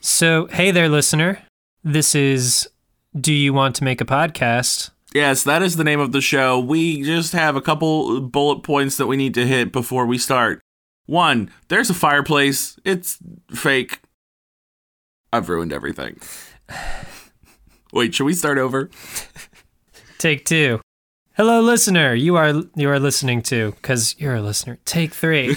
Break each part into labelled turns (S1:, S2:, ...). S1: So, hey there, listener. This is Do You Want to Make a Podcast?
S2: Yes, that is the name of the show. We just have a couple bullet points that we need to hit before we start. One, there's a fireplace. It's fake. I've ruined everything. Wait, should we start over?
S1: Take two. Hello, listener. You are you are listening to because you're a listener. Take three.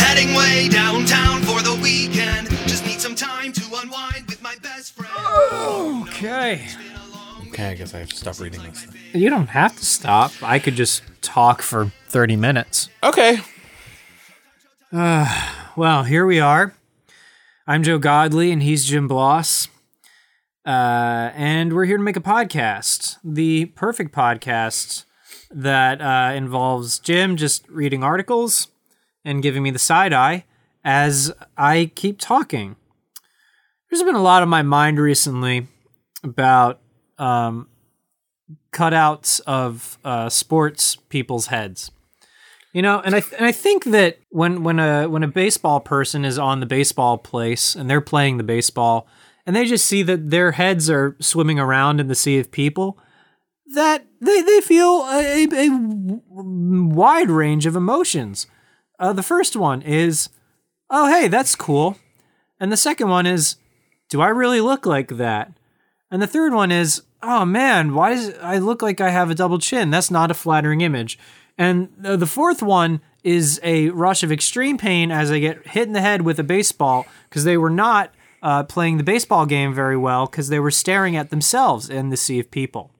S3: Heading way downtown for the weekend. Just need some time to unwind with my best friend.
S1: Okay.
S2: Okay, I guess I have to stop reading this.
S1: You don't have to stop. I could just talk for 30 minutes.
S2: Okay.
S1: Well, here we are. I'm Joe Godley, and he's Jim Bloss. Uh, and we're here to make a podcast, the perfect podcast that uh, involves Jim just reading articles and giving me the side eye as I keep talking. There's been a lot on my mind recently about um, cutouts of uh, sports people's heads. You know, and I and I think that when when a when a baseball person is on the baseball place and they're playing the baseball and they just see that their heads are swimming around in the sea of people, that they they feel a, a, a wide range of emotions. Uh, the first one is, "Oh, hey, that's cool," and the second one is, "Do I really look like that?" And the third one is, oh man, why does I look like I have a double chin? That's not a flattering image. And uh, the fourth one is a rush of extreme pain as I get hit in the head with a baseball because they were not uh, playing the baseball game very well because they were staring at themselves in the sea of people.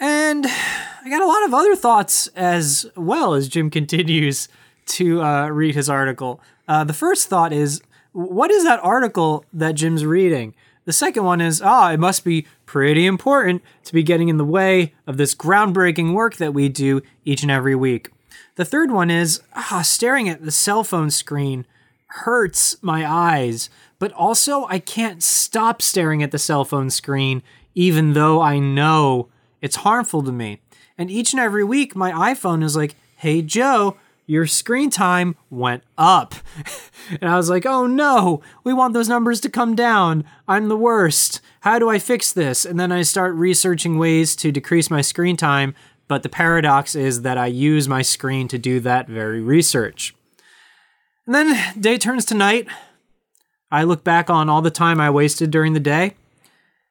S1: And I got a lot of other thoughts as well as Jim continues to uh, read his article. Uh, the first thought is, what is that article that Jim's reading? The second one is, ah, it must be pretty important to be getting in the way of this groundbreaking work that we do each and every week. The third one is, ah, staring at the cell phone screen hurts my eyes, but also I can't stop staring at the cell phone screen, even though I know it's harmful to me. And each and every week, my iPhone is like, hey, Joe, your screen time went up. and I was like, oh no, we want those numbers to come down. I'm the worst. How do I fix this? And then I start researching ways to decrease my screen time. But the paradox is that I use my screen to do that very research. And then day turns to night. I look back on all the time I wasted during the day,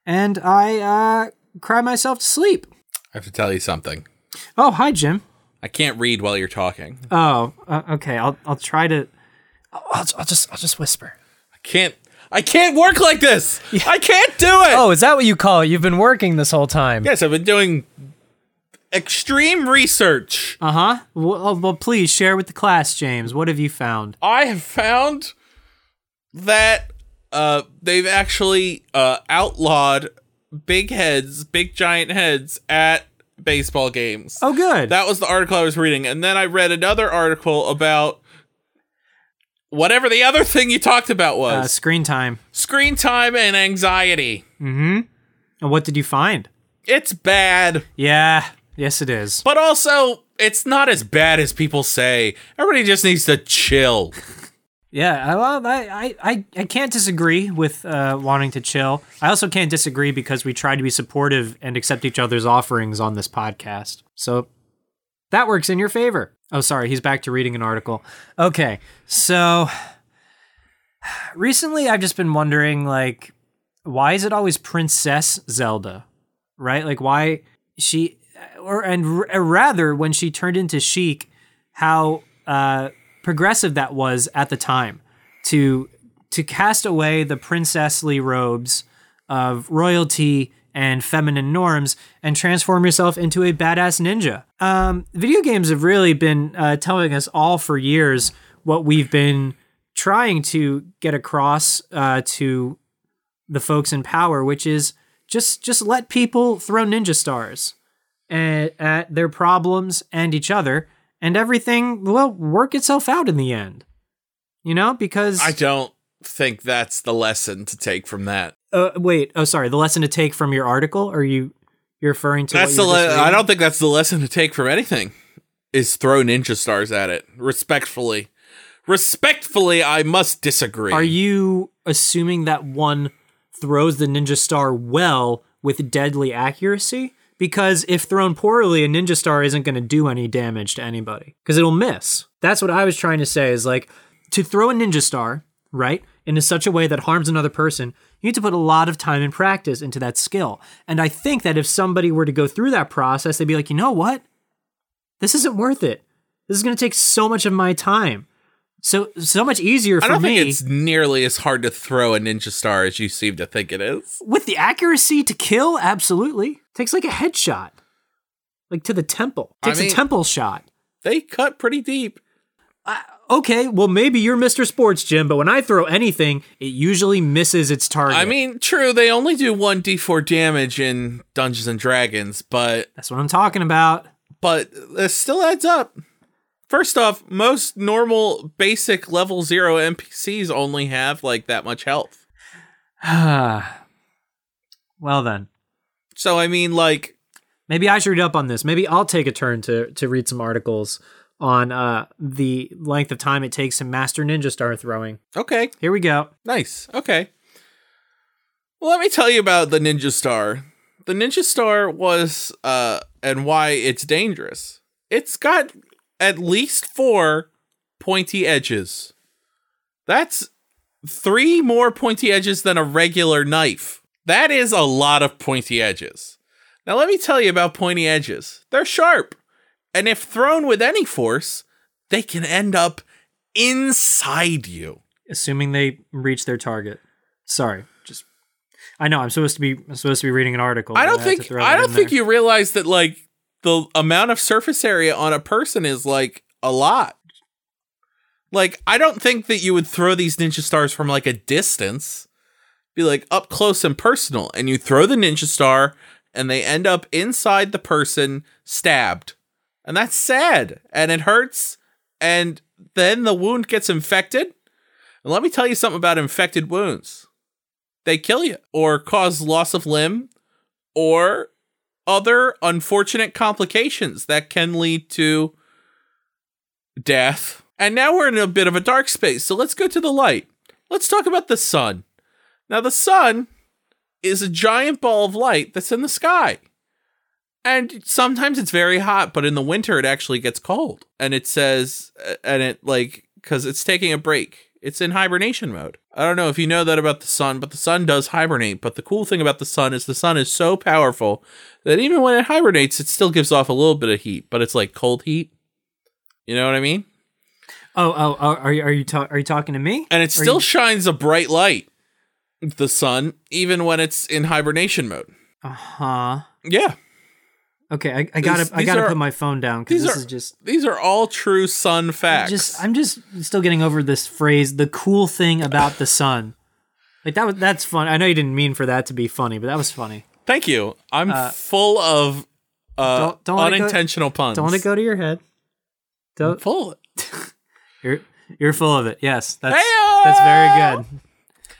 S1: and I uh, cry myself to sleep.
S2: I have to tell you something.
S1: Oh, hi, Jim.
S2: I can't read while you're talking.
S1: Oh, uh, okay. I'll I'll try to. I'll, I'll I'll just I'll just whisper.
S2: I can't. I can't work like this. I can't do it.
S1: Oh, is that what you call it? You've been working this whole time.
S2: Yes, I've been doing extreme research.
S1: Uh huh. Well, oh, well, please share with the class, James. What have you found?
S2: I have found that uh, they've actually uh, outlawed big heads, big giant heads at baseball games.
S1: Oh, good.
S2: That was the article I was reading. And then I read another article about whatever the other thing you talked about
S1: uh,
S2: was
S1: screen time.
S2: screen time and anxiety.
S1: And what did you find?
S2: It's bad,
S1: Yeah. Yes, it is.
S2: but also it's not as bad as people say. Everybody just needs to chill.
S1: Yeah, I, well, I, I, I, I can't disagree with uh, wanting to chill. I also can't disagree because we try to be supportive and accept each other's offerings on this podcast. So that works in your favor. Oh, sorry, he's back to reading an article. Okay, so recently I've just been wondering, like, why is it always Princess Zelda, right? Like, why she, or and r- rather when she turned into Sheik, how uh, progressive that was at the time to to cast away the princessly robes of royalty and feminine norms and transform yourself into a badass ninja. Um, video games have really been uh, telling us all for years what we've been trying to get across uh, to the folks in power, which is just just let people throw ninja stars at, at their problems and each other, and everything will work itself out in the end. You know, because
S2: I don't think that's the lesson to take from that.
S1: uh, wait, oh sorry, the lesson to take from your article, are you you're referring to?
S2: That's the
S1: what you were
S2: le-
S1: just
S2: I
S1: reading?
S2: don't think that's the lesson to take from anything. Is throw ninja stars at it respectfully. Respectfully, I must disagree.
S1: Are you assuming that one throws the ninja star well with deadly accuracy? Because if thrown poorly, a ninja star isn't going to do any damage to anybody because it'll miss. That's what I was trying to say is like to throw a ninja star, right, in such a way that harms another person, you need to put a lot of time and practice into that skill. And I think that if somebody were to go through that process, they'd be like, you know what? This isn't worth it. This is going to take so much of my time. So so much easier for
S2: I don't
S1: me.
S2: think it's nearly as hard to throw a ninja star as you seem to think it is.
S1: with the accuracy to kill, absolutely. Takes like a headshot. Like to the temple.
S2: I
S1: Takes
S2: mean-
S1: a temple shot.
S2: They cut pretty deep.
S1: Okay, well maybe you're Mr. Sports Jim, but when I throw anything, it usually misses its target.
S2: I mean, true, they only do 1d4 damage in Dungeons and Dragons, but
S1: that's what I'm talking about.
S2: but it still adds up. First off, most normal basic level 0 NPCs only have like that much health.
S1: well then.
S2: So I mean, like,
S1: Maybe I should read up on this. Maybe I'll take a turn to to read some articles on uh the length of time it takes to master ninja star throwing.
S2: okay,
S1: Here we go.
S2: nice, okay. Well, let me tell you about the ninja star. The ninja star was, uh, and why it's dangerous. It's got at least four pointy edges. That's three more pointy edges than a regular knife. That is a lot of pointy edges. Now, let me tell you about pointy edges. They're sharp, and if thrown with any force, they can end up inside you.
S1: assuming they reach their target. Sorry, just I know I'm supposed to be I'm supposed to be reading an article.
S2: I
S1: but
S2: don't
S1: had to
S2: think
S1: throw
S2: I
S1: that
S2: don't
S1: in
S2: think
S1: there.
S2: you realize that like the amount of surface area on a person is like a lot. Like I don't think that you would throw these ninja stars from like a distance. Be like up close and personal and you throw the ninja star and they end up inside the person stabbed. And that's sad and it hurts and then the wound gets infected. And let me tell you something about infected wounds. They kill you or cause loss of limb or other unfortunate complications that can lead to death. And now we're in a bit of a dark space, so let's go to the light. Let's talk about the sun. Now, the sun is a giant ball of light that's in the sky. And sometimes it's very hot, but in the winter it actually gets cold. And it says, uh, and it like, because it's taking a break. It's in hibernation mode. I don't know if you know that about the sun, but the sun does hibernate. But the cool thing about the sun is the sun is so powerful that even when it hibernates, it still gives off a little bit of heat, but it's like cold heat. You know what I mean?
S1: Oh, oh, oh are you are you ta- are you talking to me?
S2: And it
S1: Are
S2: still
S1: you-
S2: shines a bright light, the sun, even when it's in hibernation mode.
S1: huh.
S2: Yeah.
S1: Okay, I, I gotta I
S2: these
S1: gotta
S2: are-
S1: put my phone down because
S2: These
S1: this
S2: are
S1: is just
S2: these are all true sun facts.
S1: just I'm just still getting over this phrase. The cool thing about the sun, like that was that's fun. I know you didn't mean for that to be funny, but that was funny.
S2: Thank you. I'm full of uh,
S1: Don't- don't let it go-
S2: unintentional puns.
S1: Don't let it go to your head. Don't
S2: Full.
S1: you're you're full of it. Yes, that's that's very good.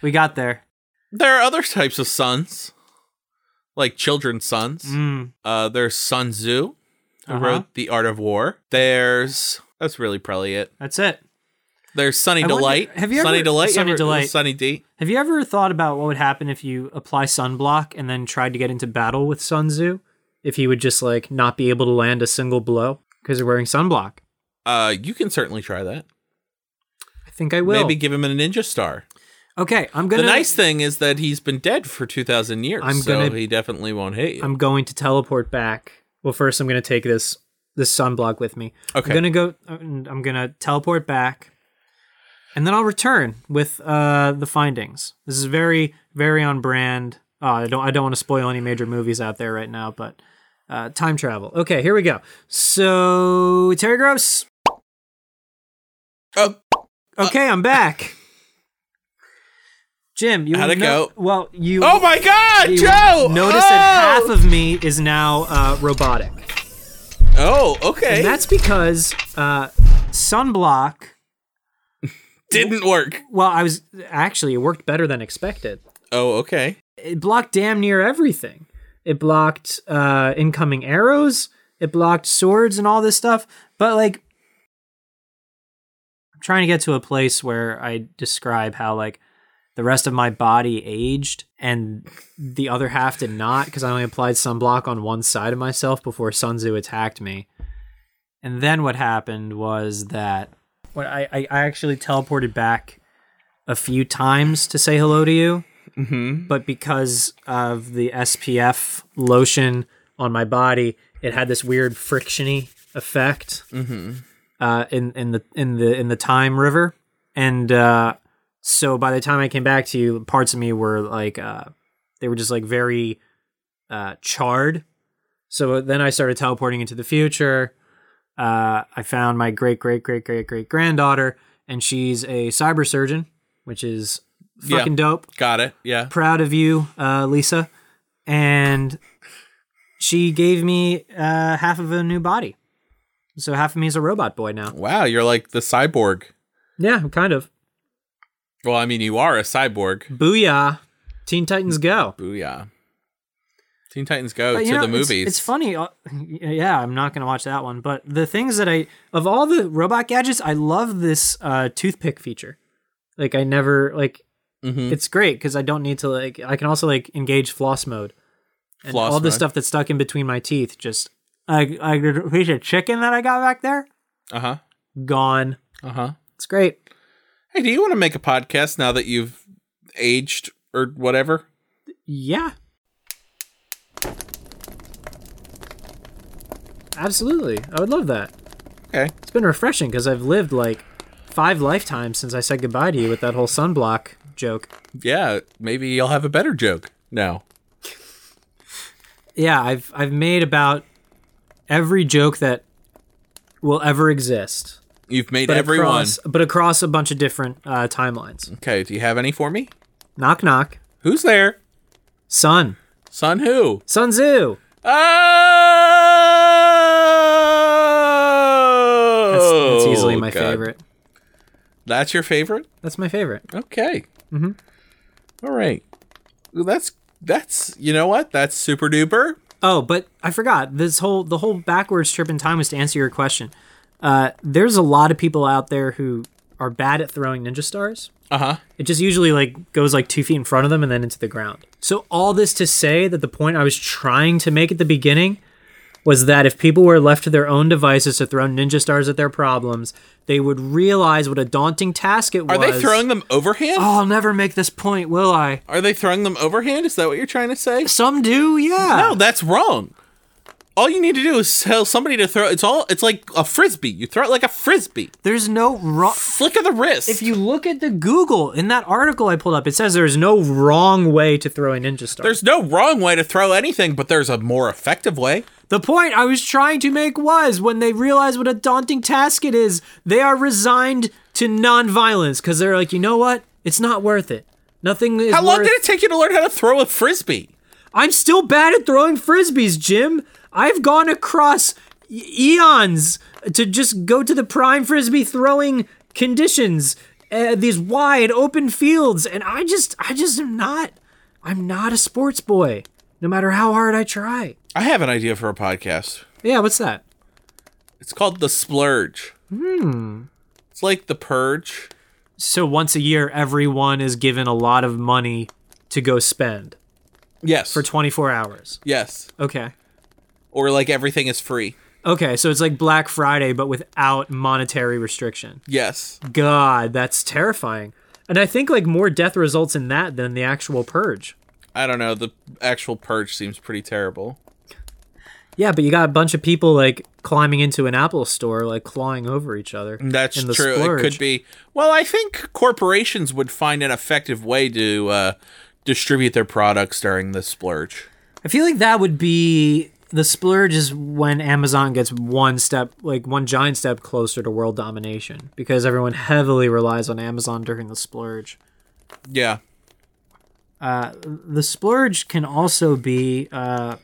S1: We got there.
S2: There are other types of suns, like children's suns.
S1: Mm.
S2: Uh, there's Sun Tzu, who
S1: Uh-huh.
S2: wrote The Art of War. There's that's really probably it.
S1: That's it.
S2: There's Sunny
S1: I wonder-
S2: Delight.
S1: have you
S2: Sunny
S1: ever-
S2: Delight?
S1: Sunny
S2: ever-
S1: Delight.
S2: Sunny D.
S1: Have you ever thought about what would happen if you apply sunblock and then tried to get into battle with Sun Tzu? If he would just like not be able to land a single blow because you're wearing sunblock.
S2: Uh, you can certainly try that.
S1: I think I will.
S2: Maybe give him a ninja star.
S1: Okay, I'm gonna.
S2: the nice thing is that he's been dead for two thousand years,
S1: I'm
S2: so
S1: gonna-
S2: he definitely won't hate you.
S1: I'm going to teleport back. Well, first I'm going to take this this sunblock with me.
S2: Okay.
S1: I'm going to go. I'm I'm going to teleport back, and then I'll return with uh the findings. This is very very on brand. Uh, I don't I don't want to spoil any major movies out there right now, but uh, time travel. Okay, here we go. So Terry Gross.
S2: Oh,
S1: Okay, I'm back. Jim, you
S2: How'd
S1: wanna
S2: it
S1: know-
S2: go?
S1: Well, you.
S2: oh my God,
S1: you
S2: Joe!
S1: Notice
S2: oh!
S1: that half of me is now uh, robotic.
S2: Oh, okay.
S1: And that's because uh, sunblock.
S2: didn't work.
S1: Well, I was actually it worked better than expected.
S2: Oh, okay.
S1: It blocked damn near everything. It blocked uh, incoming arrows. It blocked swords and all this stuff. But like, I'm trying to get to a place where I describe how like the rest of my body aged and the other half did not because I only applied sunblock on one side of myself before Sun Tzu attacked me. And then what happened was that when I, I, I actually teleported back a few times to say hello to you, mm-hmm. but because of the SPF lotion on my body, it had this weird frictiony effect uh, in in the in the in the time river, and uh, so by the time I came back to you, parts of me were like uh, they were just like very uh, charred. So then I started teleporting into the future. Uh, I found my great great great great great granddaughter, and she's a cyber surgeon, which is
S2: Yeah.
S1: fucking dope
S2: Got it. Yeah.
S1: proud of you, uh, Lisa. And she gave me uh, half of a new body. So half of me is a robot boy now.
S2: Wow, you're like the cyborg.
S1: Yeah, kind of.
S2: Well, I mean, you are a cyborg.
S1: Booyah. Teen Titans Go.
S2: Booyah. Teen Titans Go
S1: But,
S2: to
S1: you know,
S2: the
S1: it's-
S2: movies.
S1: It's, funny. uh, Yeah, I'm not going to watch that one. But the things that I, of all the robot gadgets, I love this uh, toothpick feature. Like, I never, like,
S2: Mhm.
S1: it's great because I don't need to, like, I can also, like, engage floss mode. And
S2: Floss
S1: all the
S2: mode.
S1: stuff that's stuck in between my teeth just, I, I, a piece of chicken that I got back there,
S2: Uh huh.
S1: gone.
S2: Uh huh.
S1: It's great.
S2: Hey, do you want to make a podcast now that you've aged or whatever?
S1: Yeah. Absolutely. I would love that.
S2: Okay.
S1: It's been refreshing because I've lived like five lifetimes since I said goodbye to you with that whole sunblock joke.
S2: Yeah, maybe you'll have a better joke now.
S1: Yeah, I've I've made about every joke that will ever exist,
S2: You've made
S1: but
S2: everyone.
S1: across but across a bunch of different uh, timelines.
S2: Okay, do you have any for me?
S1: Knock knock.
S2: Who's there?
S1: Sun.
S2: Son who?
S1: Sun Tzu.
S2: Oh!
S1: That's, that's easily my
S2: God.
S1: favorite.
S2: That's your favorite?
S1: That's my favorite.
S2: Okay. Mm-hmm. right. Well, that's that's you know what? That's super duper.
S1: Oh, but I forgot. This whole the whole backwards trip in time was to answer your question. Uh, there's a lot of people out there who are bad at throwing ninja stars.
S2: Uh huh.
S1: It just usually like goes like two feet in front of them and then into the ground. So all this to say that the point I was trying to make at the beginning was that if people were left to their own devices to throw ninja stars at their problems, they would realize what a daunting task it
S2: Are
S1: was.
S2: they throwing them overhand?
S1: Oh, I'll never make this point, will I?
S2: Are they throwing them overhand? Is that what you're trying to say?
S1: Some do, yeah.
S2: No, that's wrong. All you need to do is tell somebody to throw. It's all. It's like a frisbee. You throw it like a frisbee.
S1: There's no wrong.
S2: Flick of the wrist.
S1: If you look at the Google in that article I pulled up, it says there's no wrong way to throw a ninja star.
S2: there's no wrong way to throw anything, but there's a more effective way.
S1: the point I was trying to make was when they realize what a daunting task it is, they are resigned to nonviolence because they're like, you know what? It's not worth it. Nothing is
S2: How long
S1: worth-
S2: did it take you to learn how to throw a frisbee?
S1: I'm still bad at throwing frisbees, Jim. I've gone across e- eons to just go to the prime frisbee throwing conditions, uh, these wide open fields, and I just, I just am not, I'm not a sports boy. No matter how hard I try.
S2: I have an idea for a podcast.
S1: Yeah, what's that?
S2: It's called the splurge. Hmm. It's It's like the purge.
S1: So once a year, everyone is given a lot of money to go spend
S2: Yes.
S1: for 24 hours.
S2: yes.
S1: Okay.
S2: Or like everything is free.
S1: Okay, so it's like Black Friday, but without monetary restriction.
S2: Yes.
S1: God, that's terrifying. And I think like more death results in that than the actual purge.
S2: I don't know. The actual purge seems pretty terrible.
S1: Yeah, but you got a bunch of people like climbing into an Apple store, like clawing over each other.
S2: That's
S1: in the
S2: true. It
S1: splurge.
S2: could be. Well, I think corporations would find an effective way to uh, distribute their products during the splurge.
S1: I feel like that would be the splurge is when Amazon gets one step, like one giant step closer to world domination because everyone heavily relies on Amazon during the splurge.
S2: Yeah.
S1: The splurge can also be uh,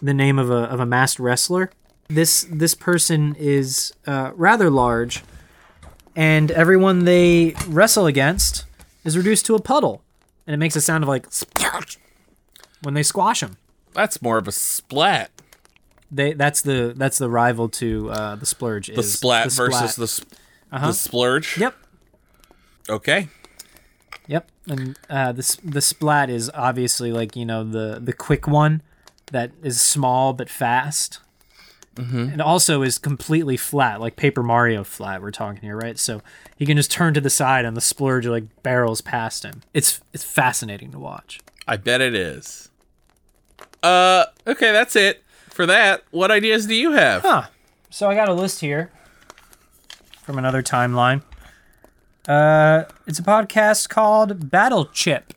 S1: the name of a of a masked wrestler. This this person is uh, rather large, and everyone they wrestle against is reduced to a puddle, and it makes a sound of like splurge when they squash him.
S2: That's more of a splat.
S1: They that's the that's the rival to uh, the splurge.
S2: The splat versus the, sp- the splurge.
S1: yep
S2: Okay.
S1: yep and uh, the s- the splat is obviously like you know the the quick one that is small but fast. And also is completely flat, like Paper Mario flat. We're talking here, right? So he can just turn to the side, and the splurge like barrels past him. It's it's fascinating to watch.
S2: I bet it is. Uh, okay, that's it for that. What ideas do you have?
S1: So I got a list here from another timeline. Uh, it's a podcast called Battle Chip.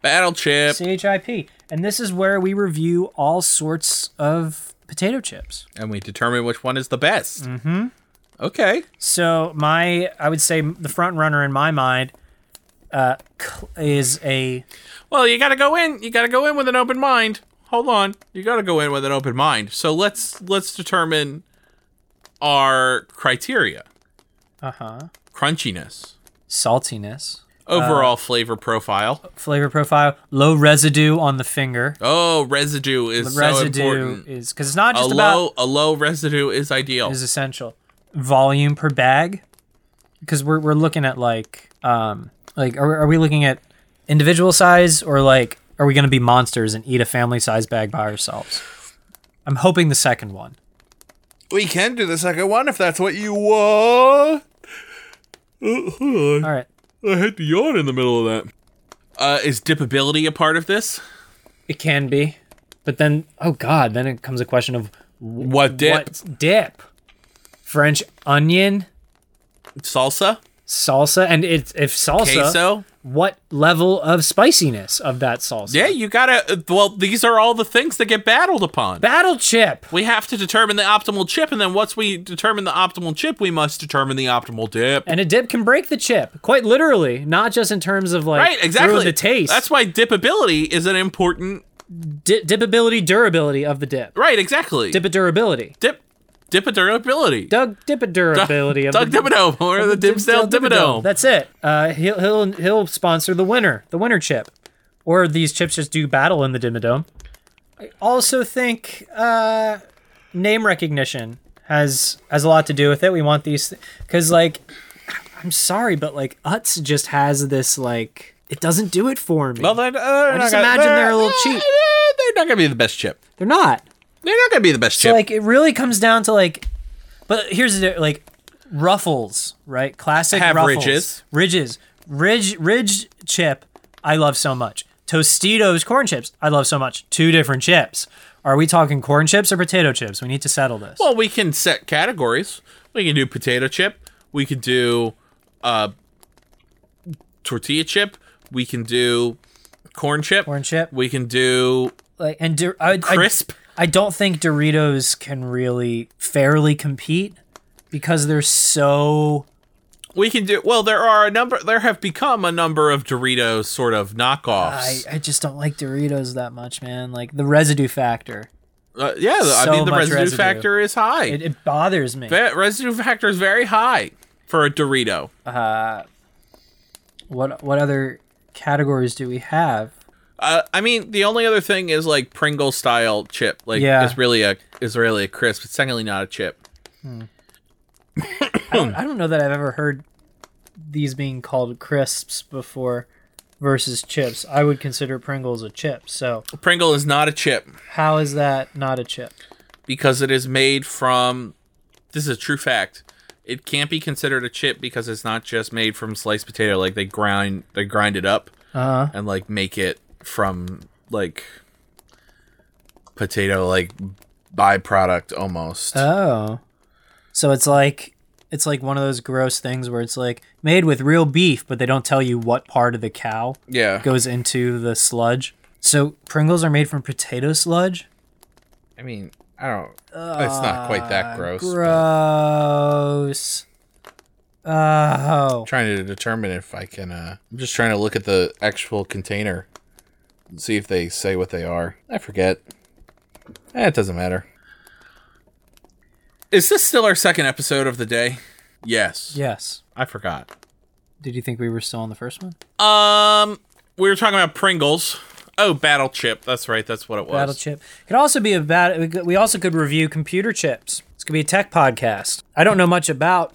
S2: Battle chip.
S1: CHIP. And this is where we review all sorts of potato chips.
S2: and we determine which one is the best. Mm-hmm. Okay.
S1: So my, I would say the front runner in my mind uh, cl- is a
S2: Well, you gotta go in. You gotta go in with an open mind. Hold on. You gotta go in with an open mind. So let's let's determine our criteria:
S1: uh-huh,
S2: crunchiness,
S1: saltiness, Uh,
S2: overall flavor profile.
S1: flavor profile, low residue on the finger.
S2: Oh, residue is so
S1: residue
S2: important.
S1: is because it's not
S2: A
S1: just about
S2: low a low residue is ideal.
S1: is essential. Volume per bag, because we're we're looking at like um like are are we looking at individual size or like are we gonna be monsters and eat a family size bag by ourselves? I'm hoping the second one.
S2: we can do the second one if that's what you want.
S1: All right,
S2: I had to yawn in the middle of that. Uh, is dippability a part of this?
S1: it can be, but then oh god, then it comes a question of
S2: What dip?
S1: what dip? French onion
S2: Salsa?
S1: salsa, and it's if salsa,
S2: Queso?
S1: what level of spiciness of that salsa?
S2: Yeah, you gotta. uh, Well, these are all the things that get battled upon.
S1: Battle chip.
S2: we have to determine the optimal chip, and then once we determine the optimal chip, we must determine the optimal dip.
S1: And a dip can break the chip, quite literally, not just in terms of like
S2: right, exactly.
S1: ruin the taste.
S2: That's why dipability is an important.
S1: Di- dipability, durability of the dip.
S2: Right, exactly.
S1: Dip durability.
S2: dip, dipability.
S1: Doug dipidurability of
S2: Doug
S1: the
S2: Dibido, or the Dimsdale Dibido.
S1: That's it. Uh, he'll he'll he'll sponsor the winner, the winner chip, or these chips just do battle in the Dimmadome. I also think uh, name recognition has has a lot to do with it. We want these because like I'm sorry, but like Utz just has this like it doesn't do it for me.
S2: Well, then, uh, I
S1: just imagine they're a little cheap.
S2: They're not gonna be the best chip.
S1: They're not.
S2: They're not gonna be the best
S1: So
S2: chip.
S1: like it really comes down to like but here's the like ruffles, right? Classic
S2: Have
S1: ruffles.
S2: ridges.
S1: Ridges. Ridge ridge chip I love so much. Tostitos corn chips I love so much. Two different chips. Are we talking corn chips or potato chips? We need to settle this.
S2: Well, we can set categories. We can do potato chip. We could do uh, tortilla chip. We can do corn chip.
S1: Corn chip.
S2: We can do
S1: like and Dor- I, I-
S2: crisp.
S1: I, don't think Doritos can really fairly compete because they're so
S2: we can do. Well, there are a number. There have become a number of Doritos sort of
S1: I,
S2: knockoffs.
S1: I just don't like Doritos that much, man. Like the residue factor.
S2: Uh, yeah, I
S1: so
S2: mean the
S1: much
S2: residue,
S1: residue.
S2: factor is high.
S1: It, it bothers me.
S2: Ve- residue factor is very high for a Dorito.
S1: what what other categories do we have?
S2: Uh, I mean, the only other thing is like Pringle style chip. Like,
S1: Yeah.
S2: is really a is really a crisp. It's technically not a chip.
S1: I don't, I don't know that I've ever heard these being called crisps before versus chips. I would consider Pringles a chip. So
S2: Pringle is not a chip
S1: how is that not a chip?
S2: because it is made from. This is a true fact. It can't be considered a chip because it's not just made from sliced potato. Like they grind, they grind it up
S1: Uh huh.
S2: and like make it from like potato, like byproduct almost.
S1: Oh, so it's like it's like one of those gross things where it's like made with real beef, but they don't tell you what part of the cow
S2: yeah,
S1: goes into the sludge. So Pringles are made from potato sludge.
S2: I mean, I don't. it's not quite
S1: Ah,
S2: that gross. but
S1: Gross. Oh,
S2: I'm trying to determine if I can. Uh, I'm just trying to look at the actual container, and see if they say what they are. I forget. Eh, it doesn't matter. Is this still our second episode of the day? Yes.
S1: yes.
S2: I forgot.
S1: Did you think we were still on the first one?
S2: Um, we were talking about Pringles. Oh, Battle Chip. That's right. That's what it was.
S1: Battle chip could also be a bat. we could- We also could review computer chips. This could be a tech podcast. I don't know much about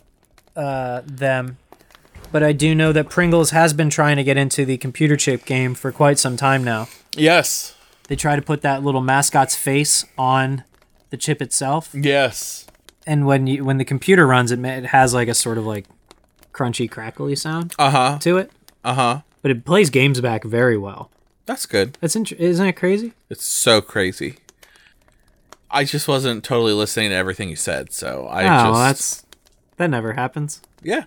S1: uh, them, but I do know that Pringles has been trying to get into the computer chip game for quite some time now.
S2: Yes.
S1: They try to put that little mascot's face on the chip itself,
S2: Yes.
S1: and when you when the computer runs, it ma- it has like a sort of like crunchy crackly sound
S2: Uh huh.
S1: to it.
S2: Uh huh.
S1: But it plays games back very well.
S2: That's good.
S1: That's int- isn't it crazy?
S2: It's so crazy. I just wasn't totally listening to everything you said, so I
S1: oh,
S2: just
S1: that's that never happens.
S2: yeah.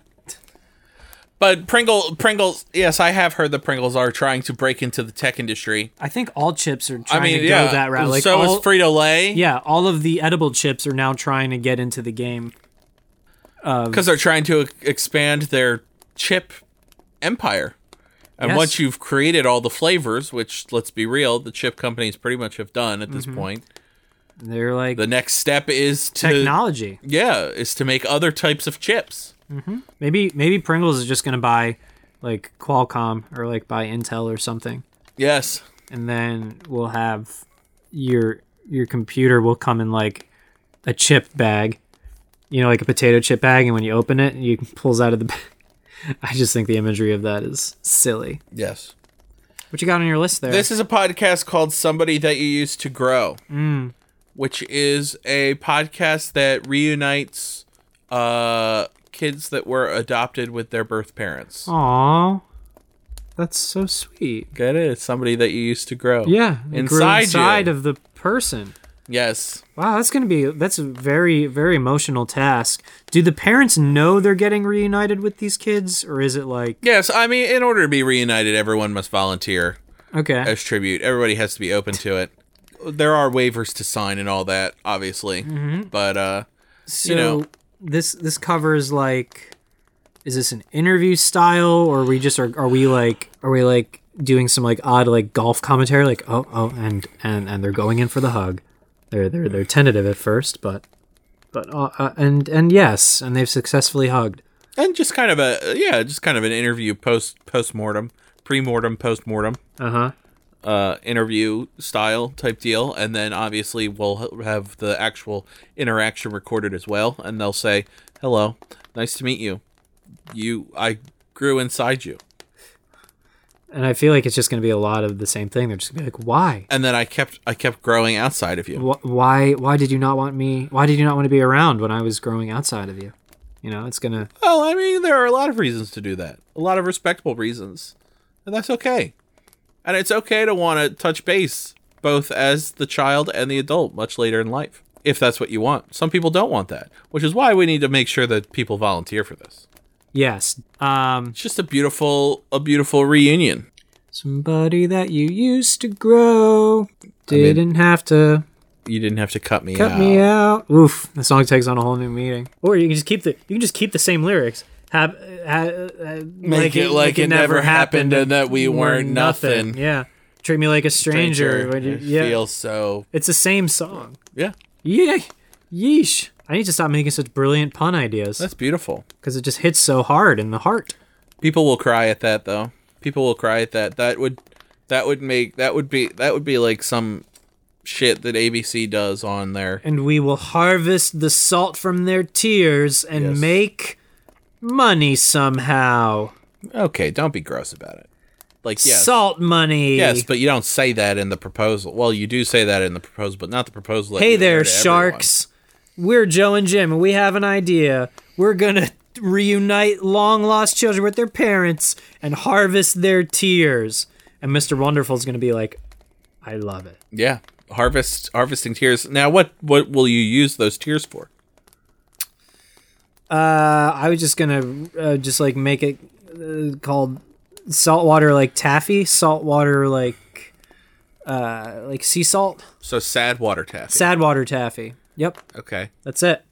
S2: But Pringle Pringles, yes, I have heard the Pringles are trying to break into the tech industry.
S1: I think all chips are
S2: I
S1: trying
S2: mean,
S1: to
S2: yeah,
S1: go that route. Like
S2: so
S1: all,
S2: is Frito Lay
S1: yeah, all of the edible chips are now trying to get into the game.
S2: because they're trying to e- expand their chip empire. And
S1: Yes.
S2: once you've created all the flavors, which let's be real, the chip companies pretty much have done at
S1: Mm-hmm.
S2: this point,
S1: They're like
S2: the next step is to
S1: technology.
S2: yeah, is to make other types of chips.
S1: Maybe maybe Pringles is just going to buy like Qualcomm or like buy Intel or something,
S2: Yes.
S1: and then we'll have your your computer will come in like a chip bag, you know, like a potato chip bag, and when you open it, you pulls out of the. bag. I just think the imagery of that is silly.
S2: Yes.
S1: What you got on your list there?
S2: This is a podcast called Somebody That You Used to Grow,
S1: Mm.
S2: which is a podcast that reunites uh, kids that were adopted with their birth parents.
S1: Oh. Aw, that's so sweet.
S2: Get it? It's somebody that you used to grow.
S1: Yeah, it grew
S2: Inside you.
S1: inside of the person.
S2: Yes.
S1: Wow, that's gonna be that's a very very emotional task. Do the parents know they're getting reunited with these kids, or is it like
S2: Yes. I mean, in order to be reunited, everyone must volunteer
S1: okay?
S2: as tribute. Everybody has to be open to it. There are waivers to sign and all that, obviously.
S1: Mm-hmm.
S2: But uh,
S1: So
S2: you know-
S1: this this covers like, is this an interview style, or we just are are we like are we like doing some like odd like golf commentary like oh oh and and and they're going in for the hug, they're they're they're tentative at first, but but uh, uh, and and yes, and they've successfully hugged.
S2: and just kind of a yeah, just kind of an interview post post mortem, pre mortem, post mortem.
S1: Uh huh.
S2: uh, interview style type deal, and then obviously we'll h- have the actual interaction recorded as well, and they'll say, "Hello, nice to meet you. You, I grew inside you,
S1: And I feel like it's just going to be a lot of the same thing. They're just going to be like, why?
S2: and then I kept, I kept growing outside of you."
S1: Wh- Why? Why did you not want me? Why did you not want to be around when I was growing outside of you? You know, it's going to.
S2: Well, I mean, there are a lot of reasons to do that, a lot of respectable reasons, and that's okay, and it's okay to want to touch base both as the child and the adult much later in life. If that's what you want. Some people don't want that, which is why we need to make sure that people volunteer for this.
S1: Yes. Um,
S2: It's just a beautiful, a beautiful reunion.
S1: somebody that you used to grow didn't have to
S2: You didn't have to cut me
S1: cut
S2: out.
S1: me out. Oof, the song takes on a whole new meaning. Or you can just keep the you can just keep the same lyrics. Have, ha- uh,
S2: Make it like it never happened and that we weren't nothing.
S1: Yeah, treat me like a stranger.
S2: Stranger,
S1: when you-
S2: I
S1: yeah,
S2: feel so.
S1: it's the same song.
S2: Yeah,
S1: Yeah. Yeesh. I need to stop making such brilliant pun ideas
S2: that's beautiful.
S1: because it just hits so hard in the heart.
S2: People will cry at that, though. People will cry at that. That would, that would make that would be that would be like some shit that ABC does on there.
S1: And we will harvest the salt from their tears and
S2: Yes.
S1: make money somehow.
S2: Okay, don't be gross about it. Like yes,
S1: Salt money.
S2: yes, but you don't say that in the proposal. Well, you do say that in the proposal, but not the proposal. that
S1: hey
S2: you read
S1: there,
S2: to everyone.
S1: sharks. We're Joe and Jim, and we have an idea. We're gonna reunite long lost children with their parents and harvest their tears. And Mr. Wonderful's gonna be like, I love it.
S2: Yeah, harvest harvesting tears. Now, what what will you use those tears for?
S1: Uh, I was just gonna uh, just like make it uh, called saltwater like taffy, saltwater like uh like sea salt,
S2: So sad water taffy.
S1: sad water taffy. Yep,
S2: okay.
S1: that's it.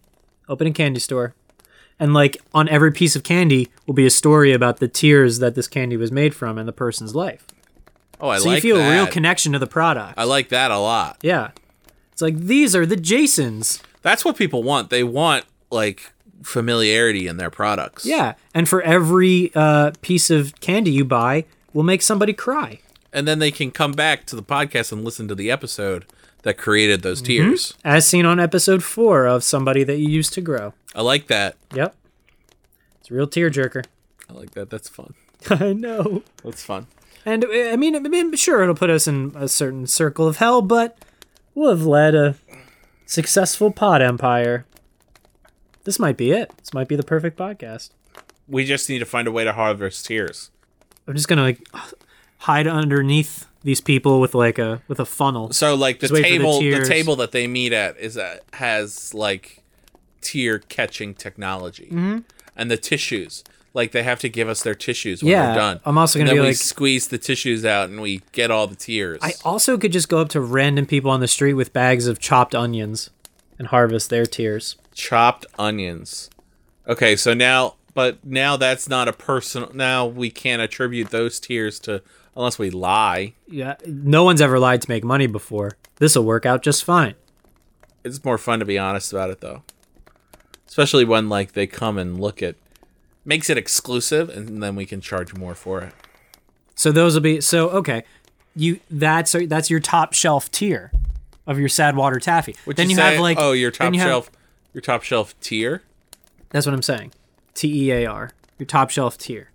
S1: Open a candy store, and like on every piece of candy will be a story about the tears that this candy was made from and the person's life.
S2: Oh, I
S1: So
S2: like
S1: you feel
S2: that.
S1: a real connection to the product.
S2: I like that a lot.
S1: yeah, it's like these are the Jasons.
S2: That's what people want. They want like familiarity in their products.
S1: Yeah, and for every uh piece of candy you buy, we'll make somebody cry.
S2: And then they can come back to the podcast and listen to the episode that created those
S1: Mm-hmm.
S2: tears.
S1: as seen on episode four of somebody that you used to grow.
S2: I like that.
S1: Yep, it's a real tearjerker.
S2: I like that. That's fun.
S1: I know.
S2: That's fun.
S1: And uh, I mean, I mean, sure, it'll put us in a certain circle of hell, but we'll have led a successful pod empire. This might be it. This might be the perfect podcast.
S2: We just need to find a way to harvest tears.
S1: I'm just gonna like hide underneath these people with like a with a funnel.
S2: So like the
S1: Just wait for the
S2: table the,
S1: tears.
S2: table that they meet at is that has like tear catching technology.
S1: Mm-hmm.
S2: And the tissues. Like they have to give us their tissues when
S1: Yeah,
S2: we're done.
S1: I'm also
S2: And
S1: gonna
S2: then we
S1: be like-
S2: squeeze the tissues out and we get all the tears.
S1: I also could just go up to random people on the street with bags of chopped onions and harvest their tears.
S2: chopped onions. Okay, so now, but now that's not a personal. Now we can't attribute those tears to unless we lie.
S1: Yeah, no one's ever lied to make money before. This will work out just fine.
S2: It's more fun to be honest about it though, especially when like they come and look at makes it exclusive, and then we can charge more for it.
S1: So those will be so okay. You that's that's your top shelf tier of your sad water taffy.
S2: Would
S1: then you,
S2: say-
S1: have like
S2: oh your
S1: then
S2: top
S1: you have-
S2: shelf, your top shelf tier,
S1: that's what I'm saying. T E A R. Your top shelf tier.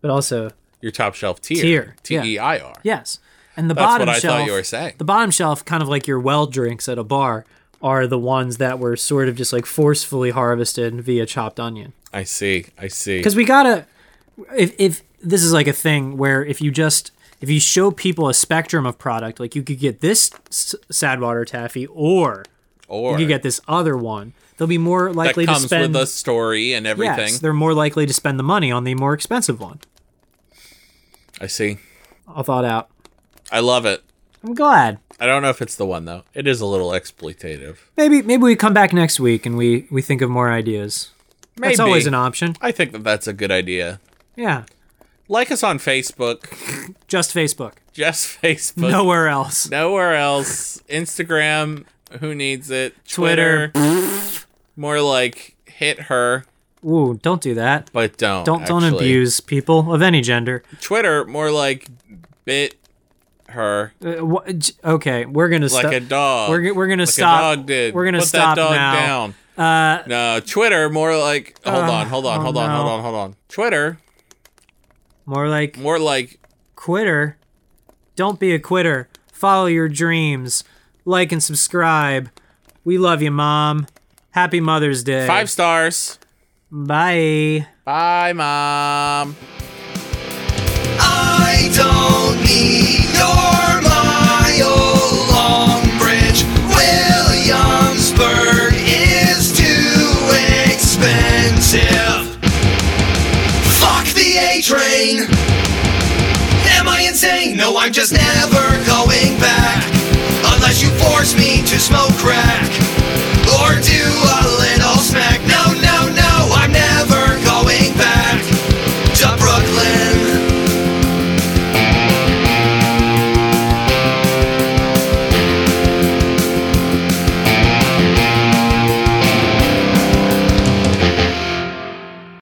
S1: But also
S2: your top shelf
S1: Tier,
S2: tier,
S1: yeah.
S2: T E I R.
S1: yes. And the
S2: That's
S1: bottom
S2: what I
S1: shelf
S2: thought you were saying.
S1: the bottom shelf kind of like your well drinks at a bar are the ones that were sort of just like forcefully harvested via chopped onion.
S2: I see, I see.
S1: because we gotta if, if this is like a thing where if you just if you show people a spectrum of product like you could get this s- sad water taffy or
S2: Or
S1: you could get this other one they'll be more
S2: that
S1: likely
S2: comes
S1: to spend
S2: with a story and everything.
S1: yes, they're more likely to spend the money on the more expensive one
S2: I see.
S1: all thought out
S2: I love it.
S1: i'm glad
S2: I don't know if it's the one though. It is a little exploitative.
S1: maybe maybe we come back next week and we we think of more ideas maybe. that's always an option
S2: I think that that's a good idea.
S1: yeah
S2: Like us on Facebook,
S1: just facebook
S2: just Facebook,
S1: nowhere else
S2: nowhere else. Instagram, who needs it?
S1: Twitter.
S2: more like hit her,
S1: ooh don't do that
S2: but don't.
S1: don't don't
S2: actually.
S1: abuse people of any gender
S2: Twitter, more like bit her,
S1: Uh, wha- j- okay, we're gonna
S2: like
S1: stop.
S2: a dog.
S1: We're, g- we're gonna
S2: like
S1: stop.
S2: A dog did.
S1: We're gonna
S2: Put
S1: stop
S2: that dog
S1: now.
S2: down.
S1: Uh,
S2: no, Twitter, more like. Hold on, hold on,
S1: oh
S2: hold on,
S1: no.
S2: hold on, hold on. Twitter,
S1: More like
S2: more like
S1: quitter. Don't be a quitter. Follow your dreams. Like and subscribe. We love you, mom. Happy Mother's Day.
S2: five stars.
S1: Bye.
S2: Bye, mom.
S3: I don't need your mile-long bridge. Williamsburg is too expensive. Fuck the A train. Am I insane? No, I'm just never going back. Unless you force me to smoke crack.